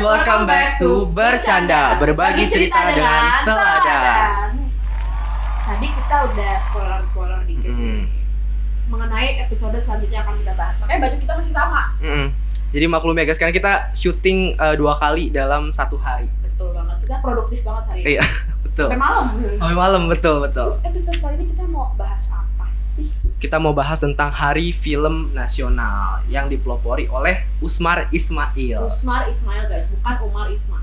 Welcome back to Bercanda, berbagi cerita dengan teladan. Tadi kita udah spoiler-spoiler dikit Mm-mm. mengenai episode selanjutnya akan kita bahas. Makanya baju kita masih sama. Mm-mm. Jadi maklum ya guys, karena kita syuting eh, dua kali dalam satu hari. Betul banget. Kita produktif banget hari ini. Iya, betul. Sampai malam. Sampai malam, betul, betul. Terus episode kali ini kita mau bahas apa sih? Kita mau bahas tentang Hari Film Nasional yang dipelopori oleh Usmar Ismail. Usmar Ismail guys, bukan Umar Ismail.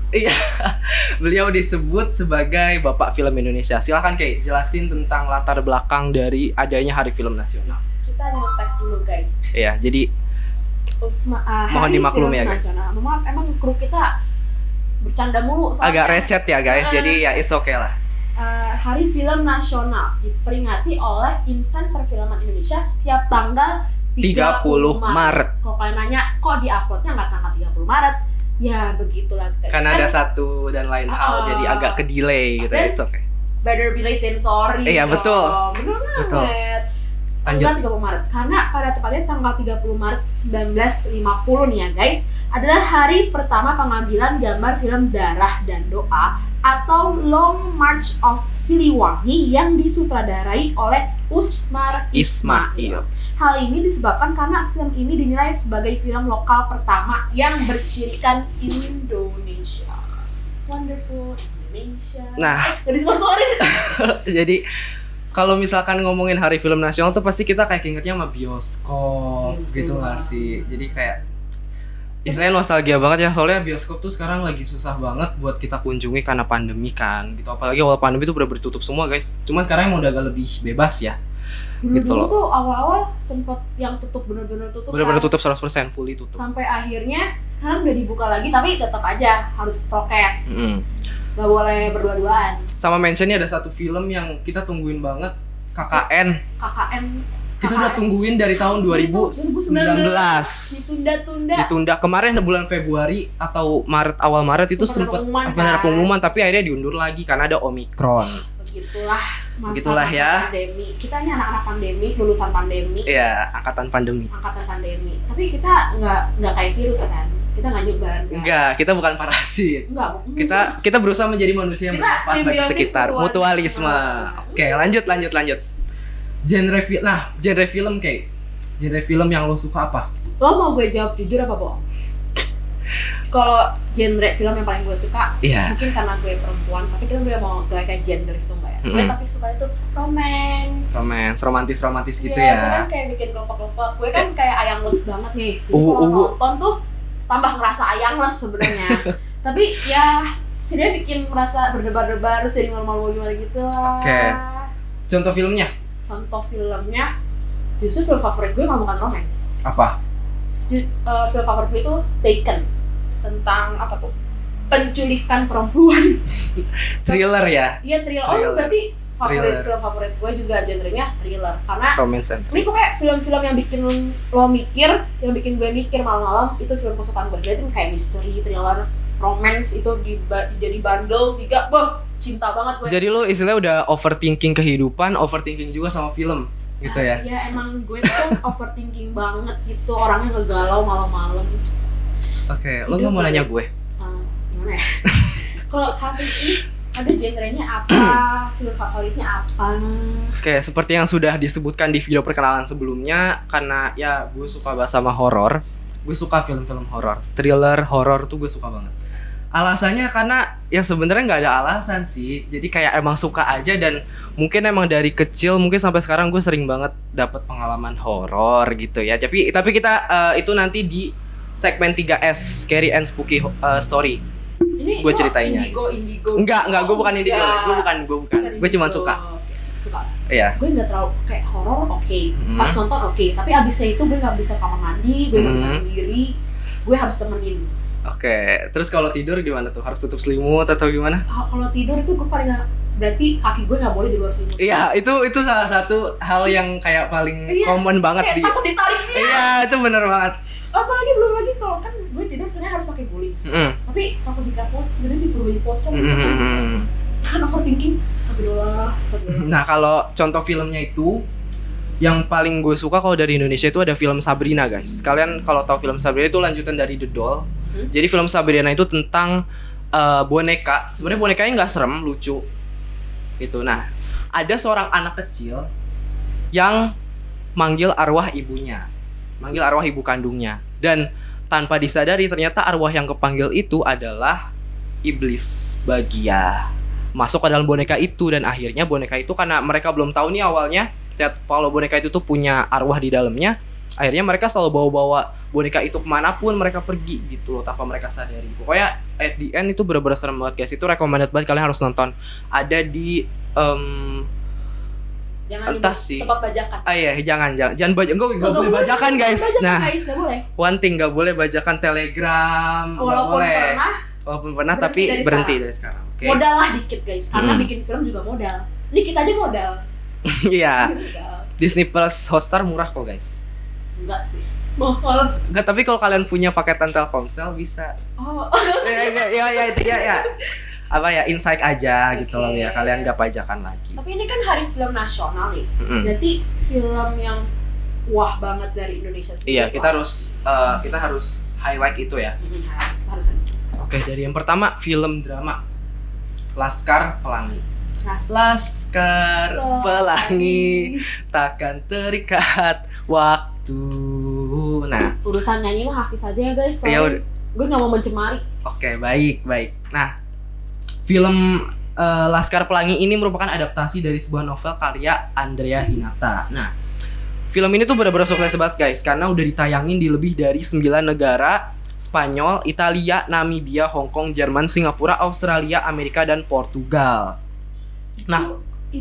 Beliau disebut sebagai Bapak Film Indonesia. Silahkan Kay, jelasin tentang latar belakang dari adanya Hari Film Nasional. Kita nyontek dulu guys. Iya, jadi Usma, ah, Mohon hari dimaklumi film ya, guys. nasional. Mohon Maaf, emang kru kita bercanda mulu soalnya. agak recet ya guys, jadi ya it's okay lah. Eh, Hari Film Nasional diperingati oleh insan perfilman Indonesia setiap tanggal 30 Maret. Kok kalian nanya kok di-uploadnya nggak tanggal 30 Maret? Ya begitulah guys. karena Kan ada satu dan lain hal Ah. jadi agak ke delay gitu ya Dan- it's okay better be late than sorry. Iya, dong. betul. Bener Betul. banget. lanjut Tanggal 30 Maret. Karena pada tepatnya tanggal 30 Maret 1950 nih ya guys, adalah hari pertama pengambilan gambar film Darah dan Doa atau Long March of Siliwangi yang disutradarai oleh Usmar Ismail Hal ini disebabkan karena film ini dinilai sebagai film lokal pertama yang bercirikan Indonesia. Wonderful Indonesia. nah Gak disponsorin. jadi kalau misalkan ngomongin hari film nasional tuh pasti kita kayak ingetnya sama bioskop Betul. gitu nggak sih jadi kayak istilahnya nostalgia banget ya soalnya bioskop tuh sekarang lagi susah banget buat kita kunjungi karena pandemi kan gitu apalagi awal pandemi tuh udah bertutup semua guys cuman sekarang emang udah agak lebih bebas ya Dulu Gitu dulu loh. tuh awal-awal sempet yang tutup bener-bener tutup. bener-bener kan. tutup 100% fully tutup Sampai akhirnya sekarang udah dibuka lagi tapi tetap aja harus prokes. Mm. Gak boleh berdua-duaan. sama mentionnya ada satu film yang kita tungguin banget KKN KKN kita udah KKN. tungguin dari tahun 2019 ditunda-tunda. ditunda kemarin bulan Februari atau Maret awal Maret itu sempat Sempat ada pengumuman, benar kan? Hmm. pengumuman tapi akhirnya diundur lagi karena ada Omikron Begitulah masa Begitulah ya. pandemi. Kita ini anak-anak pandemi, lulusan pandemi, ya angkatan pandemi angkatan pandemi. Tapi kita nggak nggak kayak virus kan? Kita nggak nyebar. nggak- enggak kita bukan parasit Nggak. kita kita berusaha menjadi manusia yang Kita bermanfaat bagi simbiosis sekitar mutualisme mutualisme. oke lanjut lanjut lanjut genre film nah genre film kayak genre film yang lo suka apa Lo mau gue jawab jujur apa bohong? Kalau genre film yang paling gue suka iya mungkin karena gue perempuan tapi kita gue mau gak kayak gender gitu enggak ya gue Mm-mm. tapi suka itu romance romance romantis romantis gitu Iya, ya soalnya kan kayak bikin kelompok-kelompok. Gue kan kayak ayangless banget nih. Jadi Uwu, kalau uwu. nonton tuh tambah ngerasa ayangless sebenarnya. Tapi ya sebenarnya bikin merasa berdebar-debar terus jadi malu-malu gimana gitu lah. Oke. contoh filmnya Contoh filmnya justru film favorit gue malah bukan romance. apa Ju- eh, film favorit gue itu Taken tentang apa tuh? Penculikan perempuan. thriller ya Iya thriller. Oh Thriller. berarti favorit Thriller. film favorit gue juga genrenya thriller karena romance and ini pokoknya film-film yang bikin lo mikir yang bikin gue mikir malam-malam itu film kesukaan gue jadi kayak misteri thriller romance itu di jadi bundle tiga bah cinta banget gue Jadi lo istilahnya udah overthinking kehidupan, overthinking juga sama film gitu ya. ya emang gue tuh overthinking banget gitu orangnya ngegalau malam-malam Oke, lo nggak mau nanya gue? Eh, gimana ya kalau Hafiz ini ada genrenya apa film favoritnya apa Oke, seperti yang sudah disebutkan di video perkenalan sebelumnya, karena ya gue suka bahas sama horor, gue suka film-film horor, thriller, horor tuh gue suka banget. Alasannya karena ya sebenarnya nggak ada alasan sih, jadi kayak emang suka aja dan mungkin emang dari kecil mungkin sampai sekarang gue sering banget dapat pengalaman horor gitu ya. Tapi tapi kita eh, itu nanti di segmen 3S Scary and Spooky eh, Story. ini Gue lo ceritain ya. indigo indigo Iya. Enggak, enggak, gue bukan indigo, gue bukan, gue bukan, gue Kan? cuma indigo. suka. Iya, gitu. suka Iya. gue nggak terlalu kayak horor oke Hmm. pas nonton oke tapi abisnya itu gue nggak bisa kamar mandi gue nggak bisa Hmm. sendiri gue harus temenin Oke, terus kalau tidur gimana tuh? Harus tutup selimut atau gimana? Ah, kalau tidur itu gue paling nggak berarti kaki gue nggak boleh di luar selimut Iya, itu itu salah satu hal yang kayak paling Iya, common banget kayak di. takut ditarik dia Iya, itu bener banget. apalagi belum lagi kalau kan gue tidur sebenarnya harus pakai guling Mm-mm. tapi takut dikerapot sebenarnya diperluin pocong Mm-mm. kan overthinking astagfirullah astagfirullah Nah, kalau contoh filmnya itu yang paling gue suka kalau dari Indonesia itu ada film Sabrina guys. Kalian kalau tahu film Sabrina itu lanjutan dari The Doll. Hmm. Jadi film Sabrina itu tentang eh, boneka. Sebenarnya bonekanya nggak serem, lucu. Gitu. Nah, ada seorang anak kecil yang manggil arwah ibunya. Manggil arwah ibu kandungnya. Dan tanpa disadari ternyata arwah yang kepanggil itu adalah iblis bagia. Masuk ke dalam boneka itu dan akhirnya boneka itu karena mereka belum tahu nih awalnya ternyata kalau boneka itu tuh punya arwah di dalamnya akhirnya mereka selalu bawa-bawa boneka itu kemanapun mereka pergi gitu loh tanpa mereka sadari pokoknya at the end itu bener-bener serem banget guys itu recommended banget kalian harus nonton ada di em, Jangan di entah sih tempat bajakan. ah iya jangan jangan jangan bajak gue gak boleh bajakan guys Bajakan, nah guys, nggak boleh. one thing gak boleh bajakan telegram nggak Walaupun boleh. pernah walaupun pernah berhenti tapi dari berhenti sekarang. dari sekarang oke modal lah dikit guys, karena Hmm. bikin film juga modal. Dikit aja modal. iya Modal. Disney Plus Hotstar murah kok guys Enggak sih. Mahal. Enggak, tapi kalau kalian punya paketan Telkomsel bisa Oh, ya ya ya ya itu ya ya apa ya insight aja gitu loh Oke. ya kalian gak pajakan lagi tapi ini kan hari film nasional nih. Mm-mm. Berarti film yang wah banget dari Indonesia sendiri. iya kita Wah. harus eh, kita harus highlight itu ya Mm, harus harus oke dari yang pertama film drama Laskar Pelangi Nas- Laskar Pelangi takkan terikat waktu nah urusan nyanyi mah Hafiz aja ya guys Ya soalnya udah. gue nggak mau mencemari oke baik baik nah film eh, Laskar Pelangi ini merupakan adaptasi dari sebuah novel karya Andrea Hinata nah Film ini tuh benar-benar sukses banget guys karena udah ditayangin di lebih dari 9 negara Spanyol, Italia, Namibia, Hong Kong, Jerman, Singapura, Australia, Amerika dan Portugal. Nah. itu,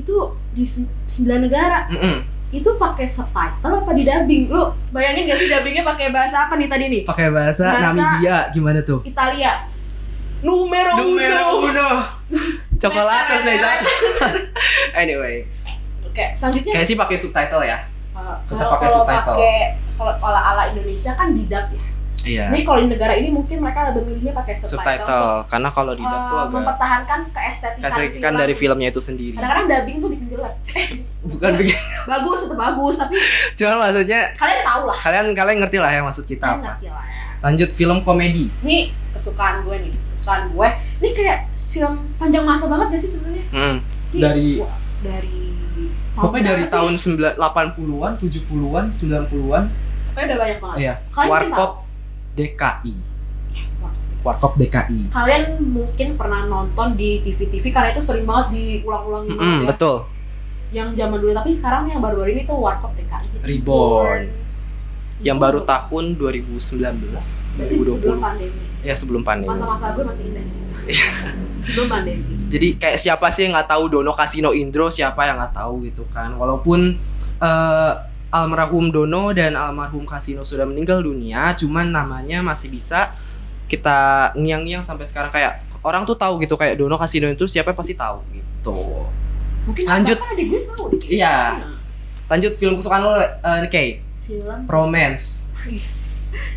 itu di se- sembilan negara Mm-mm. itu pakai subtitle apa di dubbing lo bayangin gak sih dubbingnya pakai bahasa apa nih tadi nih Pakai bahasa, Bahasa- Namibia gimana tuh? Italia numero uno Numero uno. Chocolates nih. Zat. anyway, oke selanjutnya kayak sih pakai subtitle ya. uh, Kita kalau pakai kalau subtitle. pakai kalau ala ala Indonesia kan di dub ya Iya. ini kalau di negara ini mungkin mereka lebih milihnya pakai subtitle, untuk, Subtitle karena kalau di dub tuh uh, agak mempertahankan kan keestetikan kasihkan dari filmnya itu sendiri. kadang-kadang dubbing tuh bikin jelek Bukan begitu. bagus tetap bagus tapi Cuma maksudnya kalian tau lah kalian kalian ngerti lah ya maksud kalian kita apa. ngerti lah ya Lanjut film komedi. ini kesukaan gue nih kesukaan gue ini kayak film sepanjang masa banget gak sih sebenarnya Hmm. Ini- Dari- wah, dari tahun Pokoknya dari berapa tahun sih? 9 80-an, 70-an, 90-an. Pokoknya udah banyak banget Iya. Kalian mungkin Warkop DKI. Ya, wah. Warkop DKI. kalian mungkin pernah nonton di TV-TV karena itu sering banget diulang-ulang gitu Mm-mm, ya. Hmm, betul. yang zaman dulu tapi sekarang yang baru-baru ini tuh Warkop TKI Reborn. Yang Itu baru baru- tahun 2019, Oh. berarti sebelum 2020. pandemi Ya sebelum pandemi. masa-masa gue masih indah di situ Iya. sebelum pandemi Jadi kayak siapa sih yang nggak tahu Dono Kasino Indro siapa yang nggak tahu gitu kan. Walaupun eh, almarhum Dono dan almarhum Kasino sudah meninggal dunia, cuman namanya masih bisa kita ngiang-ngiang sampai sekarang kayak orang tuh tahu gitu kayak Dono Kasino itu siapa pasti tahu gitu. mungkin Lanjut. bahkan adik gue tahu deh. Iya. Lanjut film kesukaan lo eh Kay, film Romance.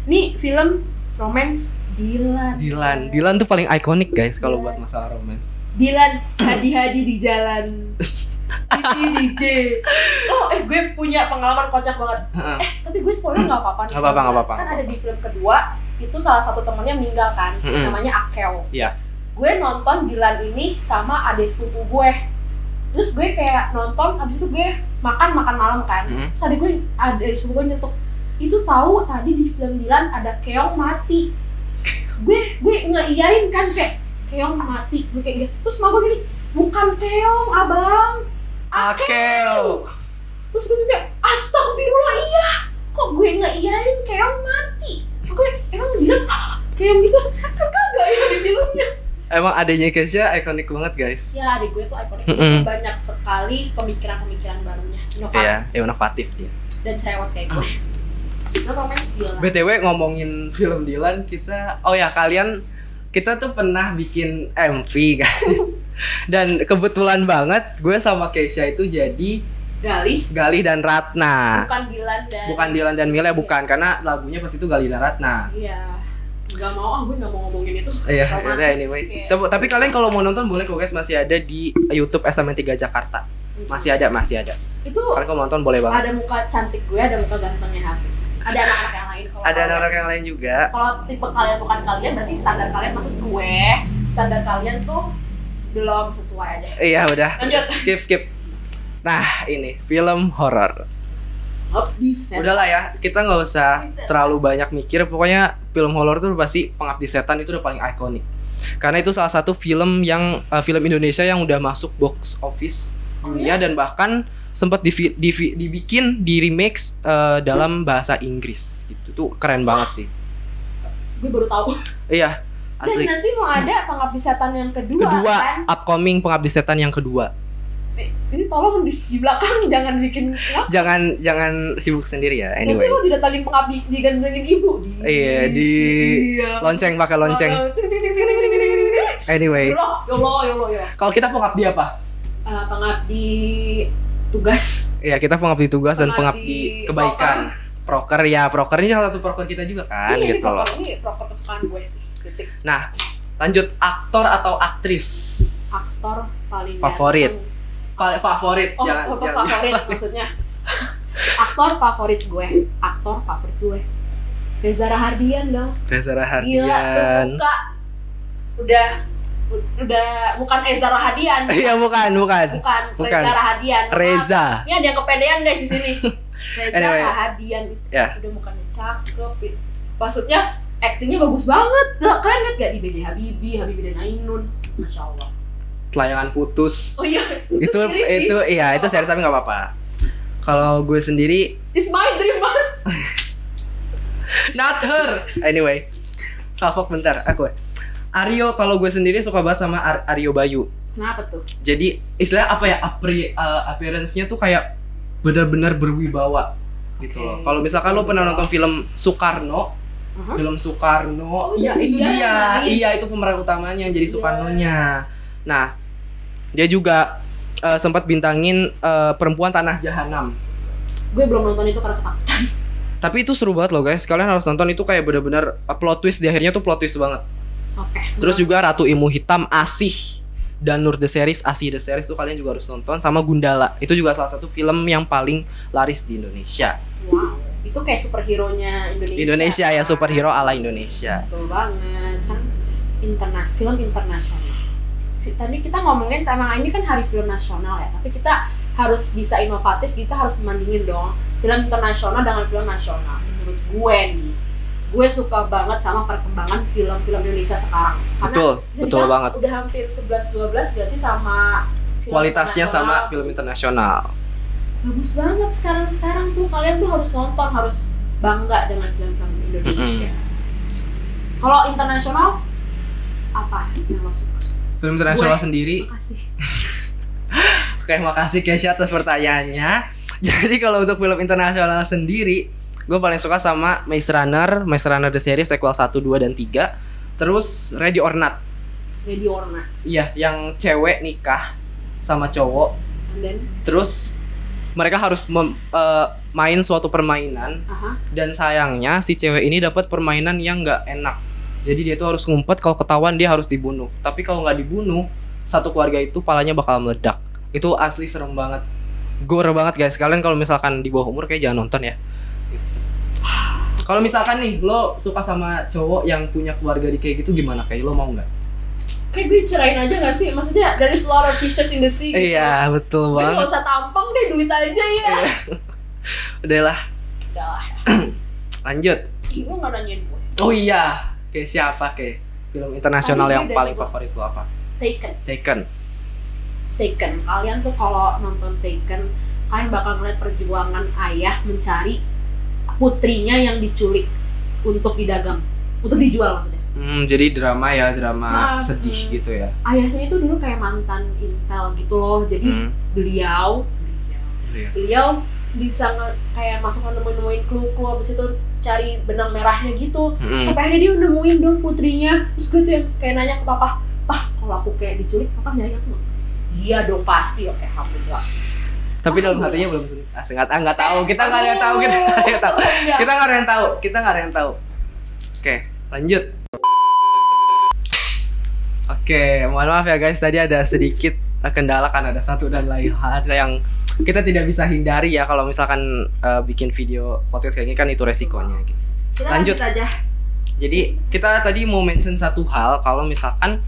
Ini film romance Dilan. Dilan, Dilan tuh paling ikonik guys kalau buat masalah romance. Dilan hadi-hadi di jalan. Sisi DJ. Oh, eh gue punya pengalaman kocak banget. Heeh. Eh, tapi gue spoiler nggak apa-apa nih. Nggak apa-apa, nggak apa-apa. Kan ada di film kedua, itu salah satu temennya meninggal kan. Mm-mm. Namanya Akeo. Iya. Gue nonton Dilan ini sama adik sepupu gue. Terus gue kayak nonton, abis itu gue makan makan malam kan. Mm-mm. Terus adik gue, adik sepupu gue nyetuk Itu tahu tadi di film Dilan ada Keong mati Gue, gue ngeiyain kan kayak Keong mati, gue kayak gitu Terus mama gue gini, bukan Keong abang Ah, "Ah, Akel. Terus gue tuh kayak, astagfirullah iya Kok gue ngeiyain Keong mati Gue, emang Dilan "Ah, Keong gitu Kan kagak ya di filmnya Emang adanya Kesha ikonik banget guys. Ya adik gue tuh ikonik Mm-mm. Banyak sekali pemikiran-pemikiran barunya Inovatif Iya, inovatif dia. dan cerewet kayak gue Itu romance Dilan BTW ngomongin film Dilan kita oh ya kalian kita tuh pernah bikin MV guys. Dan kebetulan banget gue sama Keisha itu jadi Galih Galih dan Ratna. bukan Dilan dan Ah. Bukan Dilan dan Mila bukan karena lagunya pas itu Galih dan Ratna. iya nggak mau ah gue nggak mau ngomongin itu Iya, Romantis, yaudah anyway. iya. Tapi, tapi kalian kalau mau nonton boleh kok guys masih ada di YouTube SMN3 Jakarta. Masih ada, masih ada. itu Kalian kalau mau nonton boleh banget. ada muka cantik gue ada muka gantengnya Hafiz Ada anak-anak yang lain kalau ada kalian- anak-anak yang lain juga Kalau tipe kalian bukan kalian berarti standar kalian maksud gue standar kalian tuh belum sesuai aja. iya udah Lanjut. skip skip nah ini film horor Up di set. udahlah ya kita nggak usah terlalu banyak mikir pokoknya film horor tuh pasti pengabdi setan itu udah paling ikonik karena itu salah satu film yang eh, film Indonesia yang udah masuk box office dunia Iya. dan bahkan sempat divi- divi- dibikin di remake dalam bahasa Inggris gitu tuh keren banget sih Gue baru tahu. iya Dan asli nanti mau ada pengabdi setan yang kedua, kedua kan? upcoming pengabdi setan yang kedua Eh, Ini tolong di, di belakang jangan bikin ya. jangan jangan sibuk sendiri ya Nanti anyway lo didatangin pengabdi, digandengin ibu di. Iya, di- Iya. lonceng pakai lonceng Eh, ting, ting, ting, ting, ting, ting, ting, ting, ting. anyway Yolo, yolo, yolo, yolo. kalau kita pengabdi apa Eh, pengabdi tugas. ya kita pengabdi tugas dan Pengabdi pengabdi kebaikan proker ya proker ini salah satu proker kita juga kan Iya, ini gitu loh Nah, proper- Ini proper kesukaan gue sih. Titik. lanjut aktor atau aktris Aktor paling Favorit. ganteng. Fa- favorit Oh, jangan, apa jangan. favorit maksudnya? Aktor favorit gue, aktor favorit gue. Reza Rahardian dong. Reza Gila tuh Rahardian muka. Udah u- udah bukan Reza Rahardian. iya bukan bukan Bukan, Bukan. Reza Rahardian. Maaf. Reza Ini ada yang kepedean guys di sini. Reza Anyway. Rahardian itu Ya. udah mukanya cakep. i- Maksudnya aktingnya bagus banget. Lah, Kalian lihat gak di BJ Habibie, Habibie dan Ainun? Masya Allah. layangan putus Oh iya, itu itu sendiri sih. itu iya itu serius tapi nggak apa-apa kalau gue sendiri It's my dream banget. not her anyway salfok bentar aku ya. Aryo kalau gue sendiri suka banget sama Ar- Aryo Bayu Kenapa tuh? jadi istilah apa ya appearance appearance-nya tuh kayak benar-benar berwibawa gitu Oke. loh. Kalau misalkan lo pernah nonton film Soekarno, Aha. film Soekarno, Oh, iya itu iya. dia, iya itu pemeran utamanya jadi Iya. Soekarno-nya. Nah, dia juga eh, sempat bintangin eh, perempuan tanah jahanam. Gue belum nonton itu karena ketakutan. Tapi itu seru banget loh guys, kalian harus nonton itu kayak benar-benar eh, plot twist di akhirnya tuh plot twist banget. Oke. Terus juga Ratu Ilmu Hitam Asih dan Nur the Series Asih the Series tuh kalian juga harus nonton sama Gundala. Itu juga salah satu film yang paling laris di Indonesia. Wow. Itu kayak superhero-nya Indonesia. Indonesia ya kan? superhero ala Indonesia. Betul banget. Sekarang interna film internasional. Tadi kita ngomongin emang ini kan hari film nasional ya, tapi kita harus bisa inovatif, kita harus membandingin dong film internasional dengan film nasional. Menurut gue nih, gue suka banget sama perkembangan film-film Indonesia sekarang. Karena Betul, bisa betul dibilang banget. kan Udah hampir 11-12 gak sih sama film Kualitasnya sama internasional? film internasional. bagus banget sekarang sekarang tuh kalian tuh harus nonton harus bangga dengan film-film Indonesia. Kalau internasional apa yang lo suka? Film internasional Gue. sendiri. Makasih. Oke, makasih Kesha atas pertanyaannya. Jadi kalau untuk film internasional sendiri, gue paling suka sama Maze Runner, Maze Runner the Series sequel 1, 2 dan 3. Terus Ready or Not. Jadi Orna. Iya, yang cewek nikah sama cowok And then, Terus mereka harus mem- eh, main suatu permainan aha. dan sayangnya si cewek ini dapat permainan yang nggak enak. Jadi dia tuh harus ngumpet kalau ketahuan dia harus dibunuh. Tapi kalau nggak dibunuh satu keluarga itu palanya bakal meledak. Itu asli serem banget. Gore banget guys. Kalian kalau misalkan di bawah umur kayak jangan nonton ya. Gitu. Kalau misalkan nih lo suka sama cowok yang punya keluarga di kayak gitu gimana kayak lo mau nggak? Kayak gue cerain aja gak sih? Maksudnya dari a lot of fishers in the sea. gitu. Iya betul Gue banget. gak usah tampang deh duit aja ya. Udahlah Udah lah. lanjut. Ih, lo gak nanyain gue. Oh iya, kayak siapa kayak film internasional Tadi gue yang udah paling sebut. favorit lo apa? Taken. Taken. Taken. Kalian tuh kalau nonton Taken, kalian bakal ngeliat perjuangan ayah mencari putrinya yang diculik untuk didagang, untuk dijual maksudnya. Hmm, jadi drama ya, drama Ah, sedih hmm. gitu ya. Ayahnya itu dulu kayak mantan intel gitu loh, jadi Hmm. beliau gitu ya. beliau bisa nge- kayak masuk nemuin-nemuin clue-clue abis itu cari benang merahnya gitu Hmm. sampai akhirnya dia nemuin dong putrinya terus gue tuh yang kayak nanya ke papa pah kalau aku kayak diculik papa nyari aku nggak?" iya dong pasti oke alhamdulillah Tapi dalam hatinya belum ah, nggak ah, nggak tahu. Kita nggak ada yang tahu. Kita nggak ada yang tahu. Iya. Kita nggak ada yang tahu. Kita nggak ada yang tahu. Oke, lanjut. Oke, mohon maaf ya guys. Tadi ada sedikit kendala kan ada satu dan lain hal yang kita tidak bisa hindari ya kalau misalkan eh, bikin video podcast kayak gini kan itu resikonya gitu. Kita Lanjut. lanjut aja. Jadi kita tadi mau mention satu hal kalau misalkan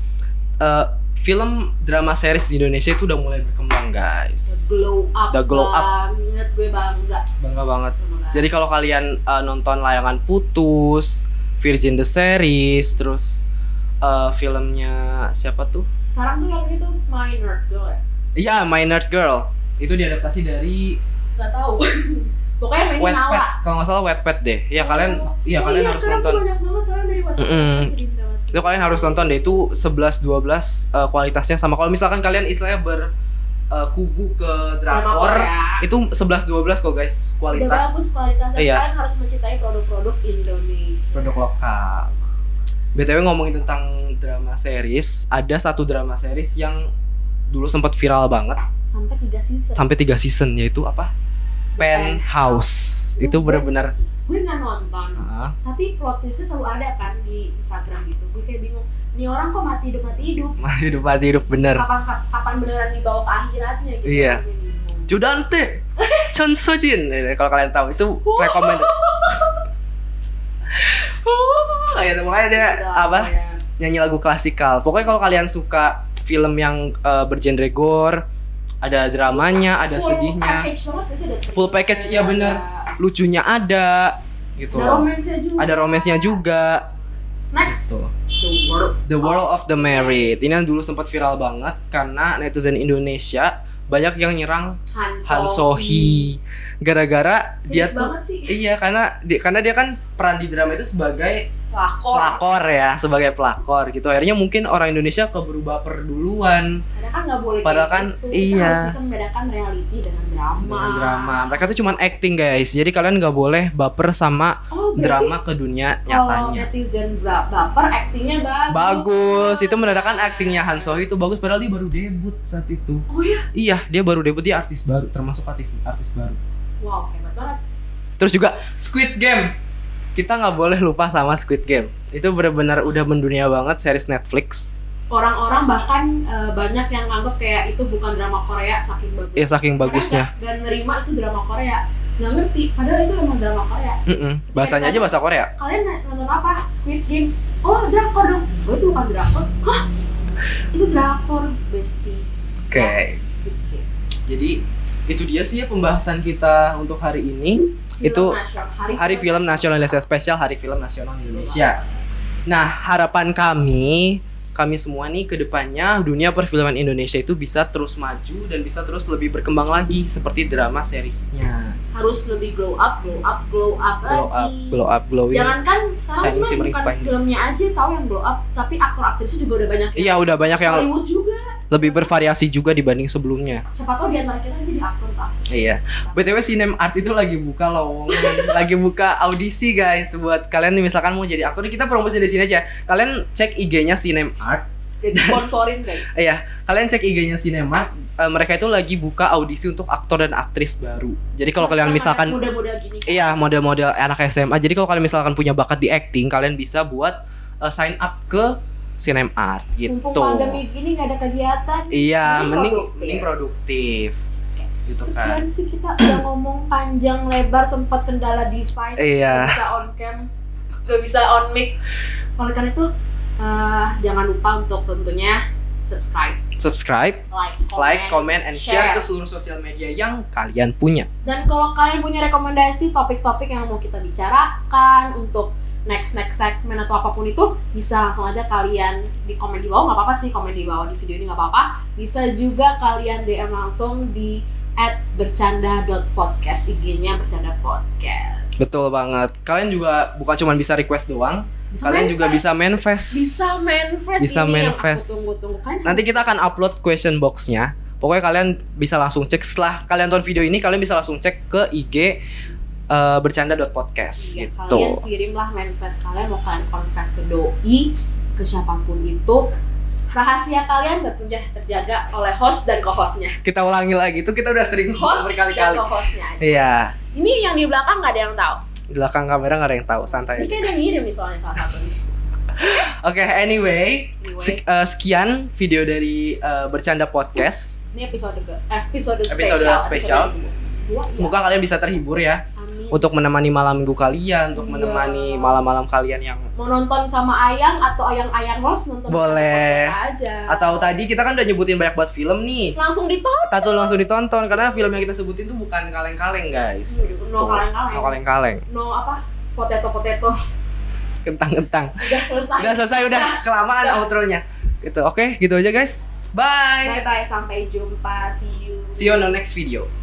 eh, film drama series di Indonesia itu udah mulai berkembang guys. glow up The glow up. banget gue bangga Bangga banget. sama Bang. Jadi kalau kalian eh, nonton layangan Putus, Virgin the Series, terus eh, filmnya siapa tuh? sekarang tuh yang ini tuh minor gue nggak- Iya, My Nerd Girl. Itu diadaptasi dari nggak tahu pokoknya main Wattpad. nawa Kalau nggak salah Wattpad deh. Iya, kalian iya Oh kalian harus sekarang nonton. tuh banyak banget orang dari WhatsApp Mm-mm. Itu kalian harus nonton deh itu 11 12 eh, kualitasnya sama. Kalau misalkan kalian istilahnya ber eh, kubu ke drakor, itu 11 12 kok guys Udah bagus kualitas kualitasnya. Iya. Kalian harus mencintai produk-produk Indonesia. produk lokal. BTW ngomongin tentang drama series, ada satu drama series yang dulu sempat viral banget Sampai 3 season. sampai 3 season yaitu apa? Penthouse. Itu benar-benar Iya. Gue nggak nonton, Ah, tapi plot twistnya selalu ada kan di Instagram gitu. Gue kayak bingung. Nih orang kok mati hidup mati hidup. hidup mati hidup bener Kapan kap- kapan beneran dibawa ke akhiratnya gitu. Iya. Gue bingung. Judante Chon Sojin Eh, kalau kalian tahu itu recommended kayak makanya dia Udah, apa ya. nyanyi lagu klasikal pokoknya kalau kalian suka film yang eh, bergenre gore ada dramanya ada Full sedihnya package banget gak sih? Ada Full package, iya ada- bener. lucunya ada gitu Ada romance-nya juga. ada romance-nya juga Next, gitu the world. The World of the Married ini yang dulu sempat viral banget karena netizen Indonesia banyak yang nyerang Han, Han So Hee gara-gara Sedih dia tuh banget sih. Iya karena di, karena dia kan peran di drama itu sebagai Pelakor. pelakor ya, sebagai pelakor gitu. Akhirnya mungkin orang Indonesia keburu baper duluan Padahal kan nggak boleh Padahal kan, gitu. Kita iya. harus bisa membedakan reality dengan drama. dengan drama. Mereka tuh cuman acting guys. Jadi kalian nggak boleh baper sama Oh, berarti drama ke dunia Kalau nyatanya. netizen bra- baper, aktingnya Oh, bagus. Bagus, itu mendadak aktingnya Han So Hee itu bagus padahal dia baru debut saat itu. Oh ya, Iya, dia baru debut dia artis baru, termasuk artis artis baru. wow hebat banget. Terus juga Squid Game. Kita nggak boleh lupa sama Squid Game. Itu benar-benar udah mendunia banget series Netflix. Orang-orang bahkan eh, banyak yang nganggap kayak itu bukan drama Korea saking bagus. ya saking bagusnya Dan nerima itu drama Korea. Nggak ngerti, padahal itu emang drama Korea. Mm-mm. bahasanya aja bahasa Korea Kalian na- nonton apa? Squid Game. Oh, drakor dong. Gue itu bukan drakor. Hah? Itu drakor, bestie. oke Squid Game. jadi itu dia sih ya pembahasan kita untuk hari ini Film Itu nasional. hari film nasional Indonesia spesial hari film nasional Indonesia nah harapan kami kami semua nih ke depannya dunia perfilman Indonesia itu bisa terus maju dan bisa terus lebih berkembang lagi seperti drama seriesnya harus lebih glow up, glow up, glow up blow up lagi. blow up glowing Jangan kan sekarang Shining, cuma Shimmering, bukan Shining. filmnya aja tahu yang glow up, tapi aktor aktrisnya juga udah banyak. iya udah banyak yang Hollywood juga. lebih bervariasi juga dibanding sebelumnya Siapa tahu di antara kita jadi aktor tak. Iya. BTW Sinem Art itu lagi buka lowongan, lagi buka audisi guys buat kalian misalkan mau jadi aktor kita promosi di sini aja. Kalian cek IG-nya Sinem Art. Jadi sponsorin guys. Iya, kalian cek IG-nya Sinem Art. Eh, mereka itu lagi buka audisi untuk aktor dan aktris baru. Jadi kalau kalian misalkan muda-muda gini. kan. iya model-model anak SMA. Jadi kalau kalian misalkan punya bakat di acting, kalian bisa buat eh, sign up ke Sinem Art gitu. Mumpung pandemi gini nggak ada kegiatan. Iya, Mending mending produktif. mending produktif. Gitu kan. Sekian sih kita udah ngomong panjang lebar sempat kendala device. Iya. Gak bisa on cam, gak bisa on mic. Oleh karena itu eh, jangan lupa untuk tentunya subscribe, Subscribe like, comment, like, comment, and share share. ke seluruh sosial media yang kalian punya. Dan kalau kalian punya rekomendasi topik-topik yang mau kita bicarakan untuk next next segmen atau apapun itu bisa langsung aja kalian di komen di bawah nggak apa-apa sih komen di bawah di video ini nggak apa-apa bisa juga kalian DM langsung di at bercanda.podcast IG-nya bercanda podcast Betul banget. Kalian juga bukan cuma bisa request doang, bisa kalian juga manifest. bisa manifest. bisa manifest Bisa ini yang manifest. aku tunggu-tunggu kan Nanti kita akan upload question box-nya. Pokoknya kalian bisa langsung cek setelah kalian tonton video ini, kalian bisa langsung cek ke IG eh, bercanda.podcast Iya, gitu. kalian kirimlah manifest kalian mau kalian confess ke doi ke siapapun itu rahasia kalian tentunya terjaga oleh host dan co-hostnya Kita ulangi lagi itu kita udah sering ngomong host dan berkali-kali. co-hostnya aja. Iya, ini yang di belakang nggak ada yang tahu di belakang kamera nggak ada yang tahu, ini santai. aja. kayak ada yang ngirim nih soalnya salah satu nih Oke, anyway, Anyway, sek- eh, sekian video dari eh, bercanda podcast. ini episode ke eh, episode, Episode spesial. spesial. episode dua, ya. Semoga kalian bisa terhibur ya Amin. untuk menemani malam minggu kalian, untuk Iya. menemani malam-malam kalian yang mau nonton sama Ayang atau Ayang-ayang los nonton Boleh. podcast aja. atau tadi kita kan udah nyebutin banyak buat film nih. langsung ditonton. Tato langsung ditonton karena film yang kita sebutin tuh bukan kaleng-kaleng, guys. Tuh, No Iya, kaleng-kaleng. No kaleng-kaleng. No apa? Potato-potato. Kentang-kentang. Udah selesai. Udah selesai udah kelamaan outro-nya. Gitu. Oke, gitu aja guys. Bye. Bye bye sampai jumpa. See you. See you on the next video.